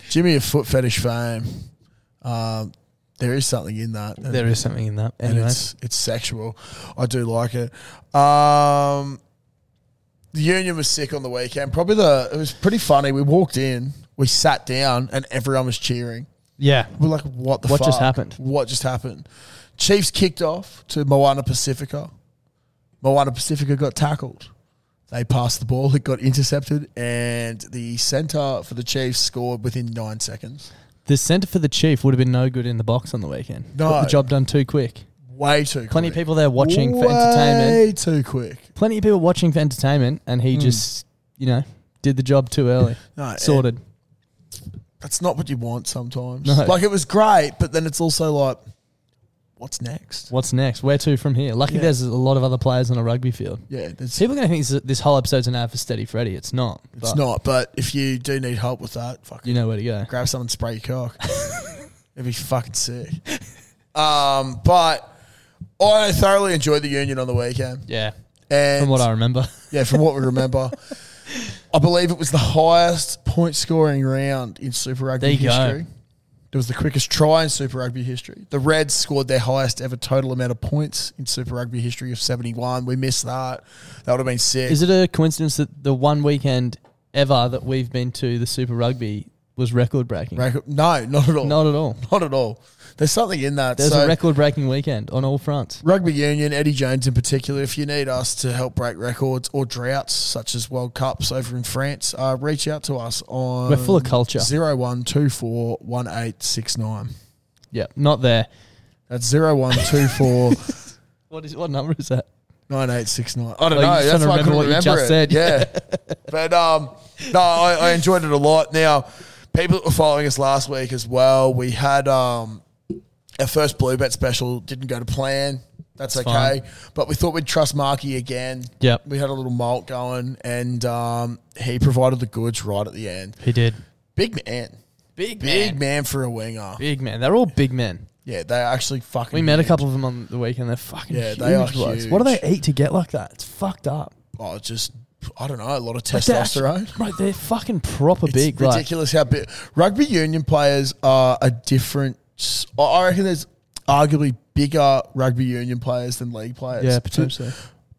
Speaker 2: Jimmy of foot fetish fame. Um, there is something in that. And,
Speaker 1: There is something in that.
Speaker 2: and
Speaker 1: Anyway,
Speaker 2: it's it's sexual. I do like it. Um, the union was sick on the weekend. Probably the it was pretty funny. We walked in, we sat down, and everyone was cheering.
Speaker 1: yeah,
Speaker 2: We're like, what the
Speaker 1: What just
Speaker 2: fuck?
Speaker 1: happened?
Speaker 2: What just happened? Chiefs kicked off to Moana Pacifica. Moana Pacifica got tackled. They passed the ball, it got intercepted, and the centre for the Chiefs scored within nine seconds.
Speaker 1: the centre for the chief would have been no good in the box on the weekend.
Speaker 2: No.
Speaker 1: Got the job done too quick.
Speaker 2: Way too
Speaker 1: Plenty of
Speaker 2: quick.
Speaker 1: people there watching for
Speaker 2: Way Hmm.
Speaker 1: entertainment.
Speaker 2: too quick.
Speaker 1: Plenty of people watching for entertainment, and he just, you know, Did the job too early.
Speaker 2: No, it-
Speaker 1: Sorted.
Speaker 2: That's not what you want sometimes.
Speaker 1: No.
Speaker 2: Like it was great, but then it's also like, what's next?
Speaker 1: What's next? Where to from here? Lucky
Speaker 2: Yeah.
Speaker 1: there's a lot of other players on a rugby field.
Speaker 2: Yeah, it's,
Speaker 1: People are going to think this, this whole episode's an ad for Steady Freddy. It's not.
Speaker 2: it's
Speaker 1: but
Speaker 2: not. But if you do need help with that, fucking
Speaker 1: You know where to go.
Speaker 2: grab someone, spray your cock. It'd be fucking sick. Um, but I thoroughly enjoyed the union on the weekend,
Speaker 1: Yeah.
Speaker 2: and
Speaker 1: From what I remember.
Speaker 2: yeah, from what we remember, I believe it was the highest point scoring round in Super Rugby
Speaker 1: There you go.
Speaker 2: history. It was the quickest try in Super Rugby history. The Reds scored their highest ever total amount of points in Super Rugby history of 71. We missed that. That would have been sick.
Speaker 1: Is it a coincidence that the one weekend ever that we've been to the Super Rugby was record breaking?
Speaker 2: Record- no, not at all.
Speaker 1: Not at all.
Speaker 2: Not at all. There's something in that.
Speaker 1: There's
Speaker 2: So-
Speaker 1: a record breaking weekend on all fronts.
Speaker 2: Rugby Union, Eddie Jones in particular, if you need us to help break records or droughts such as World Cups over in France, uh, reach out to us on
Speaker 1: We're full of culture.
Speaker 2: 0124 1869.
Speaker 1: Yeah, not there.
Speaker 2: That's 0124
Speaker 1: What is what number is that?
Speaker 2: 9869. I don't
Speaker 1: Oh,
Speaker 2: know.
Speaker 1: you're just
Speaker 2: That's
Speaker 1: trying to
Speaker 2: why I
Speaker 1: remember
Speaker 2: couldn't
Speaker 1: what you
Speaker 2: remember
Speaker 1: just
Speaker 2: it.
Speaker 1: said.
Speaker 2: Yeah. but um, no, I, I enjoyed it a lot. Now, people that were following us last week as well, we had um, our first Blue Bet special didn't go to plan. That's, okay. But we thought we'd trust Marky again.
Speaker 1: Yep.
Speaker 2: We had a little malt going, and um, he provided the goods right at the end.
Speaker 1: He did.
Speaker 2: Big man.
Speaker 1: Big
Speaker 2: Big
Speaker 1: man.
Speaker 2: man for a winger.
Speaker 1: Big man. They're all big men.
Speaker 2: Yeah, they actually fucking.
Speaker 1: We met a
Speaker 2: huge.
Speaker 1: couple of them on the weekend. They're fucking
Speaker 2: Yeah,
Speaker 1: huge
Speaker 2: they are
Speaker 1: blokes. What do they
Speaker 2: huge.
Speaker 1: eat to get like that? It's fucked up.
Speaker 2: Oh, just, I don't know, a lot of
Speaker 1: Like, they're actually-
Speaker 2: testosterone.
Speaker 1: Right, they're fucking proper
Speaker 2: It's
Speaker 1: big. Like,
Speaker 2: ridiculous how big rugby union players are a different. s- I- I reckon there's arguably bigger rugby union players than league players.
Speaker 1: yeah, potentially.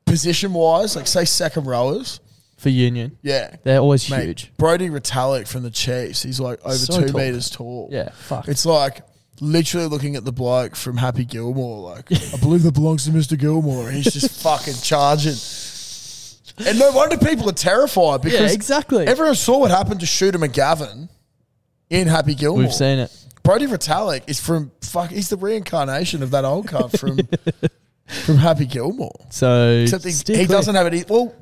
Speaker 2: Position wise, like say second rowers.
Speaker 1: For Union.
Speaker 2: Yeah.
Speaker 1: They're always
Speaker 2: Mate,
Speaker 1: huge.
Speaker 2: Brody Retallick from the Chiefs. He's like over
Speaker 1: So
Speaker 2: two
Speaker 1: tall.
Speaker 2: meters tall.
Speaker 1: Yeah, fuck.
Speaker 2: It's like literally looking at the bloke from Happy Gilmore. Like I believe that belongs to Mr. Gilmore. He's just fucking charging. And no wonder people are terrified because
Speaker 1: exactly.
Speaker 2: Everyone saw what happened to Shooter McGavin in Happy Gilmore.
Speaker 1: We've seen it.
Speaker 2: Brody Retallick is from fuck. He's the reincarnation of that old cunt from from Happy Gilmore.
Speaker 1: So
Speaker 2: Except he,
Speaker 1: stick
Speaker 2: he
Speaker 1: clear.
Speaker 2: doesn't have any. Well,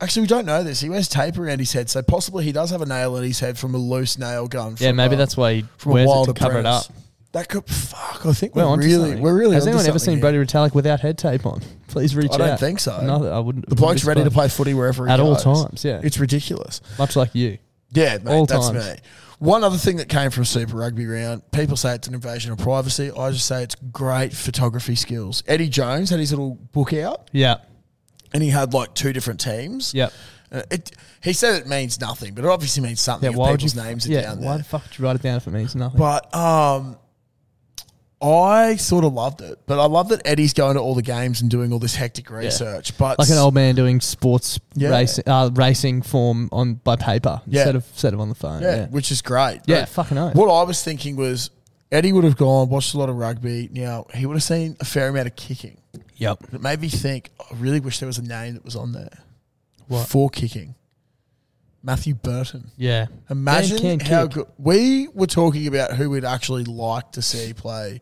Speaker 2: actually, we don't know this. He wears tape around his head, so possibly he does have a nail in his head from a loose nail gun.
Speaker 1: Yeah,
Speaker 2: from,
Speaker 1: maybe
Speaker 2: uh,
Speaker 1: that's why he
Speaker 2: from
Speaker 1: wears it
Speaker 2: wild
Speaker 1: to cover it up.
Speaker 2: apprentice. That could fuck. I think
Speaker 1: We're
Speaker 2: we're,
Speaker 1: onto
Speaker 2: really
Speaker 1: something.
Speaker 2: we're really.
Speaker 1: Has
Speaker 2: onto
Speaker 1: anyone ever
Speaker 2: something
Speaker 1: seen Brody
Speaker 2: here.
Speaker 1: Retallick without head tape on? Please reach
Speaker 2: I
Speaker 1: out.
Speaker 2: don't think so.
Speaker 1: No, I wouldn't.
Speaker 2: The bloke's ready to play footy wherever he
Speaker 1: At all
Speaker 2: goes.
Speaker 1: times, yeah.
Speaker 2: it's ridiculous.
Speaker 1: Much like you.
Speaker 2: Yeah, mate,
Speaker 1: All
Speaker 2: that's
Speaker 1: times.
Speaker 2: me. One other thing that came from Super Rugby round, people say it's an invasion of privacy. I just say it's great photography skills. Eddie Jones had his little book out,
Speaker 1: Yeah.
Speaker 2: and he had like two different teams.
Speaker 1: Yep.
Speaker 2: Uh, It, he said it means nothing, but it obviously means something.
Speaker 1: Yeah.
Speaker 2: if
Speaker 1: Why would you?
Speaker 2: people's names are
Speaker 1: yeah.
Speaker 2: down
Speaker 1: Why
Speaker 2: there.
Speaker 1: the fuck would you write it down if it means nothing?
Speaker 2: But um, I sort of loved it. But I love that Eddie's going to all the games and doing all this hectic research. But
Speaker 1: like an old man doing sports
Speaker 2: Yeah.
Speaker 1: racing, uh, racing form on by paper
Speaker 2: Yeah.
Speaker 1: instead of instead of on the phone.
Speaker 2: yeah,
Speaker 1: Yeah.
Speaker 2: which is great.
Speaker 1: Yeah,
Speaker 2: But
Speaker 1: fucking oath.
Speaker 2: What I was thinking was Eddie would have gone, watched a lot of rugby. Now he would have seen a fair amount of kicking.
Speaker 1: Yep.
Speaker 2: It made me think. I really wish there was a name that was on there for kicking. Matthew Burton.
Speaker 1: Yeah. Man
Speaker 2: Imagine
Speaker 1: can
Speaker 2: how
Speaker 1: kick.
Speaker 2: good we were talking about who we'd actually like to see play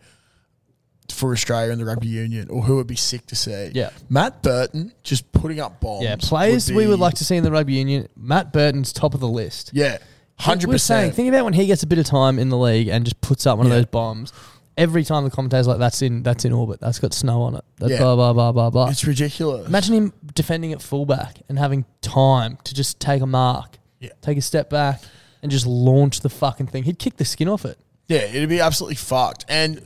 Speaker 2: for Australia in the rugby union, or who would be sick to see.
Speaker 1: Yeah.
Speaker 2: Matt Burton just putting up bombs.
Speaker 1: Yeah. Players we
Speaker 2: be-
Speaker 1: would like to see in the rugby union. Matt Burton's top of the list.
Speaker 2: Yeah, hundred
Speaker 1: We're saying,
Speaker 2: percent.
Speaker 1: Think about when he gets a bit of time in the league and just puts up one
Speaker 2: Yeah.
Speaker 1: of those bombs. Every time the commentator's like, "That's in, that's in orbit. That's got snow on it. That's
Speaker 2: Yeah.
Speaker 1: blah blah blah blah blah."
Speaker 2: It's ridiculous.
Speaker 1: Imagine him defending at fullback and having time to just take a mark,
Speaker 2: Yeah.
Speaker 1: take a step back, and just launch the fucking thing. He'd kick the skin off it.
Speaker 2: Yeah, it'd be absolutely fucked. And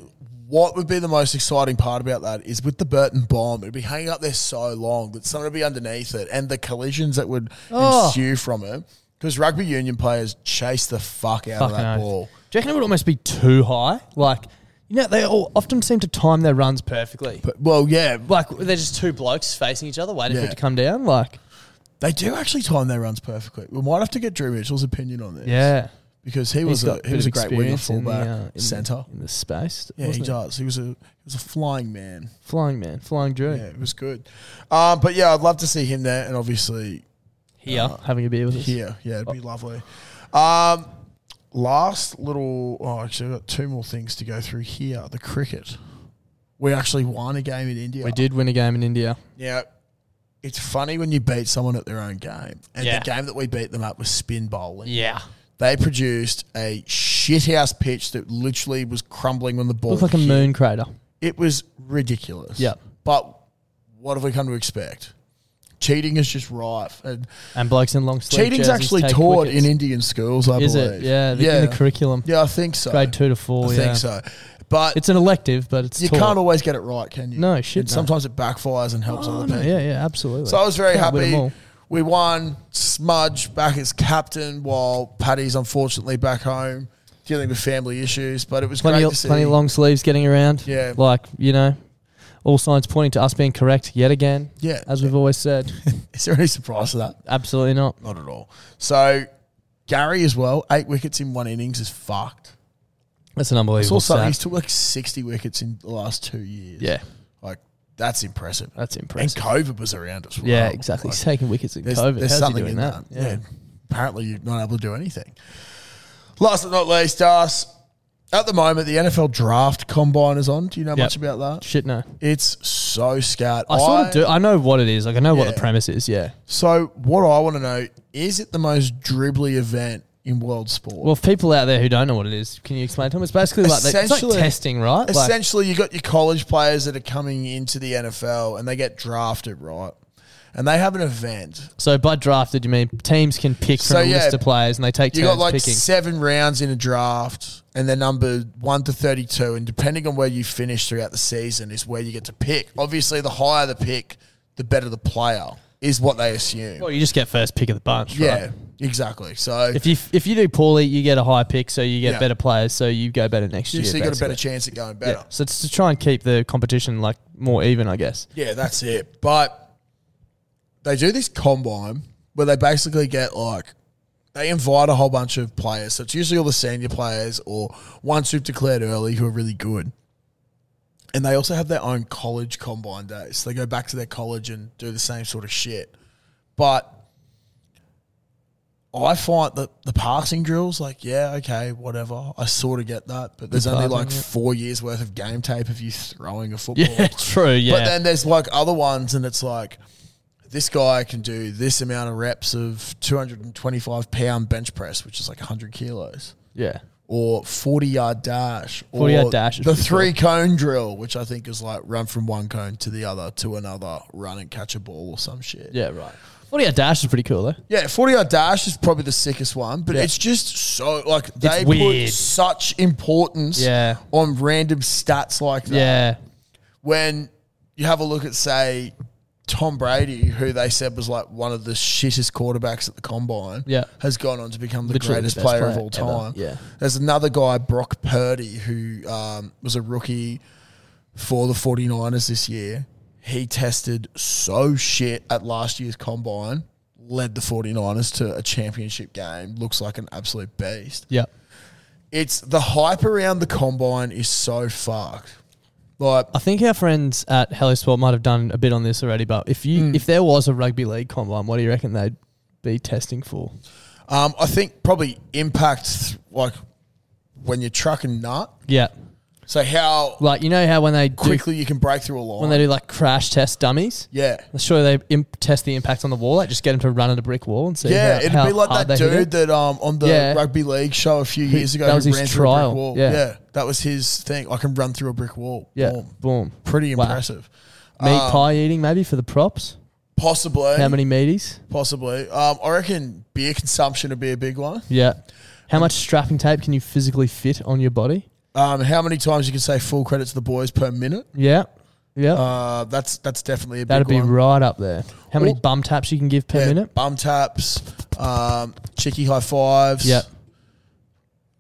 Speaker 2: what would be the most exciting part about that is with the Burton bomb, it'd be hanging up there so long that someone would be underneath it and the collisions that would
Speaker 1: Oh.
Speaker 2: ensue from it. Because rugby union players chase the fuck out
Speaker 1: Fucking
Speaker 2: of that
Speaker 1: oath.
Speaker 2: ball.
Speaker 1: Do you reckon it would almost be too high? Like, you know, they all often seem to time their runs perfectly.
Speaker 2: But, well, yeah,
Speaker 1: Like they're just two blokes facing each other, waiting for
Speaker 2: Yeah.
Speaker 1: it to come down. Like,
Speaker 2: they do actually time their runs perfectly. We might have to get Drew Mitchell's opinion on this.
Speaker 1: yeah,
Speaker 2: Because he was a, he was a great winger, fullback, centre.
Speaker 1: uh, in the space.
Speaker 2: Yeah, he
Speaker 1: wasn't
Speaker 2: does. He was a he was a flying man.
Speaker 1: Flying man, flying Drew.
Speaker 2: Yeah, it was good. Um, but yeah, I'd love to see him there, and obviously
Speaker 1: Here, having a beer with us.
Speaker 2: here. Yeah, it'd be lovely. Um, last little. Oh, actually, I've got two more things to go through here. The cricket. We actually won a game in India.
Speaker 1: We did win a game in India.
Speaker 2: Yeah. it's funny when you beat someone at their own game. And
Speaker 6: Yeah.
Speaker 2: the game that we beat them at was spin bowling.
Speaker 6: Yeah.
Speaker 2: They produced a shithouse pitch that literally was crumbling when the ball
Speaker 1: Looked like a
Speaker 2: hit.
Speaker 1: moon crater.
Speaker 2: It was ridiculous.
Speaker 1: Yep.
Speaker 2: But what have we come to expect? Cheating is just rife. And
Speaker 1: And blokes in long sleeve
Speaker 2: cheating's
Speaker 1: jerseys
Speaker 2: actually
Speaker 1: take
Speaker 2: taught
Speaker 1: wickets.
Speaker 2: in Indian schools, I
Speaker 1: Is it?
Speaker 2: believe.
Speaker 1: Yeah, the- in the curriculum.
Speaker 2: Yeah, I think so.
Speaker 1: grade two to four.
Speaker 2: I
Speaker 1: yeah.
Speaker 2: think so. But
Speaker 1: It's an elective, but it's
Speaker 2: you
Speaker 1: taught.
Speaker 2: can't always get it right, can you?
Speaker 1: No, shit,
Speaker 2: And
Speaker 1: no.
Speaker 2: Sometimes it backfires and helps other
Speaker 1: Oh, No,
Speaker 2: people.
Speaker 1: yeah, yeah, absolutely.
Speaker 2: So I was very
Speaker 1: Can't win 'em
Speaker 2: happy.
Speaker 1: all.
Speaker 2: We won. Smudge back as captain, while Paddy's unfortunately back home dealing with family issues. But it was
Speaker 1: Plenty,
Speaker 2: great
Speaker 1: of,
Speaker 2: to see.
Speaker 1: plenty of long sleeves getting around.
Speaker 2: Yeah.
Speaker 1: like you know, all signs pointing to us being correct yet again.
Speaker 2: Yeah.
Speaker 1: as we've always said,
Speaker 2: Is there any surprise to that?
Speaker 1: absolutely not.
Speaker 2: Not at all. So Gary as well, eight wickets in one innings is fucked.
Speaker 1: That's an
Speaker 2: It's
Speaker 1: unbelievable
Speaker 2: also he's
Speaker 1: stat.
Speaker 2: took like sixty wickets in the last two years.
Speaker 1: Yeah,
Speaker 2: like that's impressive.
Speaker 1: that's impressive.
Speaker 2: And COVID was around as well.
Speaker 1: yeah,
Speaker 2: Oh,
Speaker 1: exactly.
Speaker 2: Like,
Speaker 1: He's taking wickets in
Speaker 2: There's,
Speaker 1: COVID.
Speaker 2: there's
Speaker 1: How's
Speaker 2: something
Speaker 1: he doing
Speaker 2: in
Speaker 1: that?
Speaker 2: that. Yeah. Apparently, you're not able to do anything. Last but not least, us. At the moment, the NFL draft combine is on. Do you know much about that?
Speaker 1: Shit, no.
Speaker 2: It's so scat.
Speaker 1: I sort of do. I know what it is. Like I know what the
Speaker 2: Yeah.
Speaker 1: premise is. Yeah.
Speaker 2: So, what I want to know is it the most dribbly event in world sport?
Speaker 1: Well, if people out there who don't know what it is, can you explain to them? It's basically like they, it's like
Speaker 2: Essentially-
Speaker 1: testing, right? Like,
Speaker 2: Essentially, you got your college players that are coming into the NFL and they get drafted, right? And they have an event.
Speaker 1: so by drafted, you mean teams can pick from
Speaker 2: So,
Speaker 1: a list
Speaker 2: yeah,
Speaker 1: of players and they take
Speaker 2: You
Speaker 1: turns
Speaker 2: got like
Speaker 1: picking.
Speaker 2: seven rounds in a draft, and they're numbered one to thirty-two. And depending on where you finish throughout the season, is where you get to pick. Obviously, the higher the pick, the better the player is what they assume.
Speaker 1: Well, you just get first pick of the bunch.
Speaker 2: yeah,
Speaker 1: Right?
Speaker 2: exactly. So,
Speaker 1: If you if you do poorly, you get a high pick, so you get
Speaker 2: Yeah.
Speaker 1: better players, so you go better next
Speaker 2: so
Speaker 1: year.
Speaker 2: you got a better
Speaker 1: basically.
Speaker 2: chance at going better.
Speaker 1: Yeah. So it's to try and keep the competition like more even, I guess.
Speaker 2: Yeah, that's it. But they do this combine where they basically get like they invite a whole bunch of players. So it's usually all the senior players or ones who've declared early who are really good. And they also have their own college combine days. So they go back to their college and do the same sort of shit. But I find that the passing drills, like, yeah, okay, whatever. I sort of get that. But there's only
Speaker 1: passing,
Speaker 2: like
Speaker 1: yeah.
Speaker 2: four years worth of game tape of you throwing a football.
Speaker 1: Yeah, true. Yeah.
Speaker 2: But then there's like other ones, and it's like this guy can do this amount of reps of 225 pound bench press, which is like 100 kilos,
Speaker 1: yeah.
Speaker 2: or 40 yard dash,
Speaker 1: 40
Speaker 2: or
Speaker 1: yard dash is
Speaker 2: the
Speaker 1: pretty cool.
Speaker 2: three cone drill, which I think is like run from one cone to the other to another, run and catch a ball or some shit.
Speaker 1: Yeah. Right. Forty yard dash is pretty cool though.
Speaker 2: Yeah, 40 yard dash is probably the sickest one, but it's just so like they put
Speaker 1: weird.
Speaker 2: such importance
Speaker 1: Yeah.
Speaker 2: on random stats like that
Speaker 1: Yeah.
Speaker 2: when you have a look at say Tom Brady, who they said was like one of the shittest quarterbacks at the combine,
Speaker 1: Yeah.
Speaker 2: has gone on to become the
Speaker 1: Literally the
Speaker 2: greatest
Speaker 1: best
Speaker 2: player, of
Speaker 1: player
Speaker 2: all time.
Speaker 1: ever, yeah.
Speaker 2: There's another guy, Brock Purdy, who um, was a rookie for the 49ers this year. He tested so shit at last year's combine, led the 49ers to a championship game, looks like an absolute beast
Speaker 1: Yeah.
Speaker 2: it's the hype around the combine is so fucked. Like,
Speaker 1: I think our friends at Hello Sport might have done a bit on this already, but if you
Speaker 2: Hmm.
Speaker 1: if there was a rugby league combine, what do you reckon they'd be testing for?
Speaker 2: um, I think probably impact like when you're trucking nut.
Speaker 1: Yeah.
Speaker 2: So how
Speaker 1: Like you know how when they do,
Speaker 2: quickly you can break through a line.
Speaker 1: when they do like crash test dummies.
Speaker 2: yeah,
Speaker 1: Sure, they imp- test the impact on the wall. Like just get them to run at a brick wall and see.
Speaker 2: yeah,
Speaker 1: how-
Speaker 2: it'd
Speaker 1: how
Speaker 2: be like
Speaker 1: hard
Speaker 2: that
Speaker 1: they hit it.
Speaker 2: dude that um on the
Speaker 1: Yeah.
Speaker 2: rugby league show a few years ago
Speaker 1: that was
Speaker 2: who
Speaker 1: his
Speaker 2: ran through a brick
Speaker 1: trial,
Speaker 2: wall.
Speaker 1: yeah.
Speaker 2: that was his thing. I can run through a brick wall.
Speaker 1: Yeah,
Speaker 2: Boom. Um,
Speaker 1: boom.
Speaker 2: pretty
Speaker 1: Wow.
Speaker 2: impressive.
Speaker 1: Meat pie eating maybe for the props.
Speaker 2: Possibly,
Speaker 1: How many meaties?
Speaker 2: possibly. Um, I reckon beer consumption would be a big one.
Speaker 1: Yeah. How much strapping tape can you physically fit on your body?
Speaker 2: Um, how many times you can say full credit to the boys per minute?
Speaker 1: Yeah. Yeah.
Speaker 2: Uh, that's that's definitely a
Speaker 1: That'd
Speaker 2: big
Speaker 1: be
Speaker 2: one.
Speaker 1: right up there. How many
Speaker 2: Or-
Speaker 1: bum taps you can give per
Speaker 2: Yeah,
Speaker 1: minute?
Speaker 2: Bum taps, um, cheeky high fives.
Speaker 1: Yeah.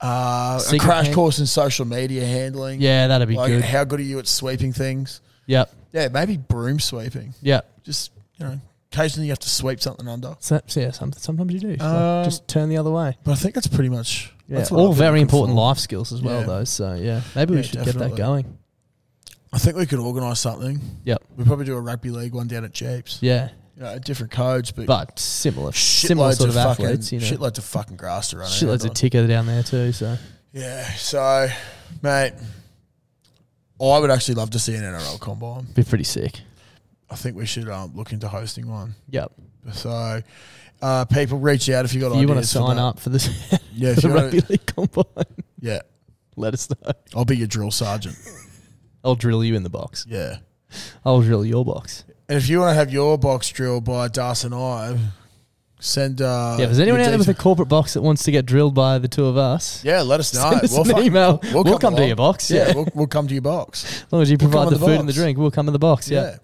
Speaker 2: Uh, a
Speaker 1: Secret
Speaker 2: crash
Speaker 1: hand-
Speaker 2: course in social media handling.
Speaker 1: Yeah, that'd be
Speaker 2: Like
Speaker 1: good.
Speaker 2: how good are you at sweeping things?
Speaker 1: Yep.
Speaker 2: Yeah, maybe broom sweeping.
Speaker 1: Yep.
Speaker 2: Just you know, occasionally you have to sweep something under.
Speaker 1: So, so yeah, some, sometimes you do. It's like,
Speaker 2: Um,
Speaker 1: just turn the other way.
Speaker 2: But I think that's pretty much
Speaker 1: Yeah.
Speaker 2: that's what
Speaker 1: All
Speaker 2: I've been
Speaker 1: very
Speaker 2: looking
Speaker 1: important
Speaker 2: for.
Speaker 1: life skills as well,
Speaker 2: Yeah.
Speaker 1: though. So yeah, maybe we
Speaker 2: Yeah,
Speaker 1: should get that
Speaker 2: definitely.
Speaker 1: going.
Speaker 2: I think we could organise something.
Speaker 1: Yep.
Speaker 2: We probably do a rugby league one down at Jeeps.
Speaker 1: Yeah.
Speaker 2: You know, different coach, but,
Speaker 1: But similar, similar
Speaker 2: shitloads
Speaker 1: sort
Speaker 2: of
Speaker 1: of
Speaker 2: fucking
Speaker 1: athletes. You know,
Speaker 2: shitloads of fucking grass to run. around
Speaker 1: shitloads
Speaker 2: on.
Speaker 1: of ticker down there too. So
Speaker 2: Yeah, so, mate, I would actually love to see an NRL combine.
Speaker 1: be pretty sick.
Speaker 2: I think we should um, look into hosting one.
Speaker 7: Yep.
Speaker 2: So, uh, people reach out if you
Speaker 7: If
Speaker 2: got
Speaker 7: you want to
Speaker 2: ideas for
Speaker 7: sign
Speaker 2: that.
Speaker 7: up for this
Speaker 2: Yeah, if
Speaker 7: for the
Speaker 2: you wanna-
Speaker 7: rugby league combine,
Speaker 2: Yeah,
Speaker 7: let us know.
Speaker 2: I'll be your drill sergeant.
Speaker 7: I'll drill you in the box.
Speaker 2: Yeah.
Speaker 7: I'll drill your box.
Speaker 2: And if you want to have your box drilled by Darcy and I, send. Uh,
Speaker 7: yeah, if there's anyone
Speaker 2: your
Speaker 7: out there with a
Speaker 2: details-
Speaker 7: corporate box that wants to get drilled by the two of us,
Speaker 2: yeah, let us know.
Speaker 7: send us an
Speaker 2: fuck-
Speaker 7: email. We'll come to
Speaker 2: along.
Speaker 7: your box, yeah.
Speaker 2: we'll, we'll come to your box.
Speaker 7: as long as you
Speaker 2: We'll
Speaker 7: provide
Speaker 2: come in
Speaker 7: the,
Speaker 2: the
Speaker 7: food and the
Speaker 2: box.
Speaker 7: drink, we'll come in the box.
Speaker 2: Yeah.
Speaker 7: Yeah.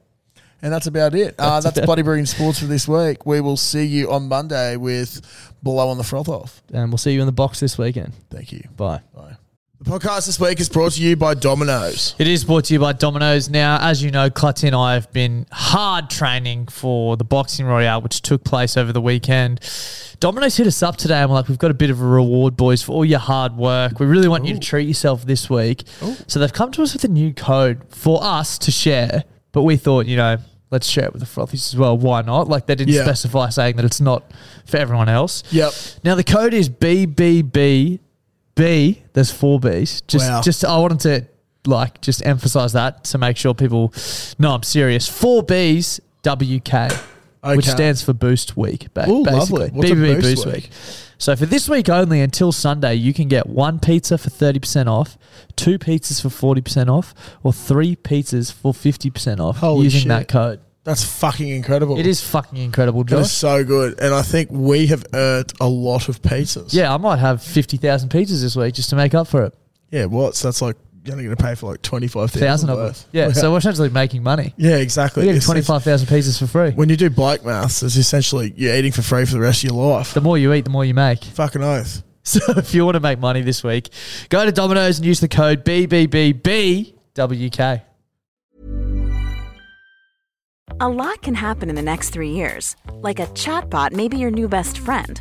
Speaker 2: And that's about it. uh,
Speaker 7: That's
Speaker 2: that's
Speaker 7: about-
Speaker 2: Bloody Brilliant Sports for this week. We will see you on Monday with Below on the Froth Off.
Speaker 7: And we'll see you in the box this weekend.
Speaker 2: Thank you.
Speaker 7: Bye.
Speaker 2: Bye. The podcast this week is brought to you by Domino's.
Speaker 1: It is brought to you by Domino's. Now, as you know, Clutty and I have been hard training for the Boxing Royale, which took place over the weekend. Domino's hit us up today and we're like, we've got a bit of a reward, boys, for all your hard work. We really want you to treat yourself this week. So they've come to us with a new code for us to share, but we thought, you know, let's share it with the frothies as well. Why not? Like they didn't
Speaker 2: Yeah.
Speaker 1: specify saying that it's not for everyone else.
Speaker 2: Yep.
Speaker 1: Now the code is BBB. B, there's four B's. Just,
Speaker 2: Wow.
Speaker 1: just I wanted to like just emphasize that to make sure people know I'm serious. Four B's WK, which
Speaker 2: Okay.
Speaker 1: stands for Boost Week. Ba-
Speaker 2: Ooh,
Speaker 1: basically,
Speaker 2: lovely. What's a
Speaker 1: BBB
Speaker 2: Boost
Speaker 1: Boost,
Speaker 2: Week?
Speaker 1: week? So for this week only until Sunday, you can get one pizza for thirty percent off, two pizzas for forty percent off, or three pizzas for fifty percent off
Speaker 2: Holy
Speaker 1: using
Speaker 2: shit.
Speaker 1: that code.
Speaker 2: That's fucking incredible.
Speaker 1: It is fucking incredible,
Speaker 2: That is
Speaker 1: Josh.
Speaker 2: so good. And I think we have earned a lot of pizzas.
Speaker 1: Yeah, I might have fifty thousand pizzas this week just to make up for it.
Speaker 2: Yeah, what's that's like you're only gonna pay for like twenty five
Speaker 1: Thousand
Speaker 2: thousand
Speaker 1: of them. Yeah, so we're essentially making money.
Speaker 2: Yeah, exactly.
Speaker 1: We're getting
Speaker 2: It's-
Speaker 1: twenty five thousand pizzas for free.
Speaker 2: When you do bloke maths, it's essentially you're eating for free for the rest of your life.
Speaker 1: The more you eat, the more you make.
Speaker 2: Fucking oath.
Speaker 1: So if you want to make money this week, go to Domino's and use the code BBBBWK.
Speaker 6: A lot can happen in the next three years. Like a chatbot may be your new best friend.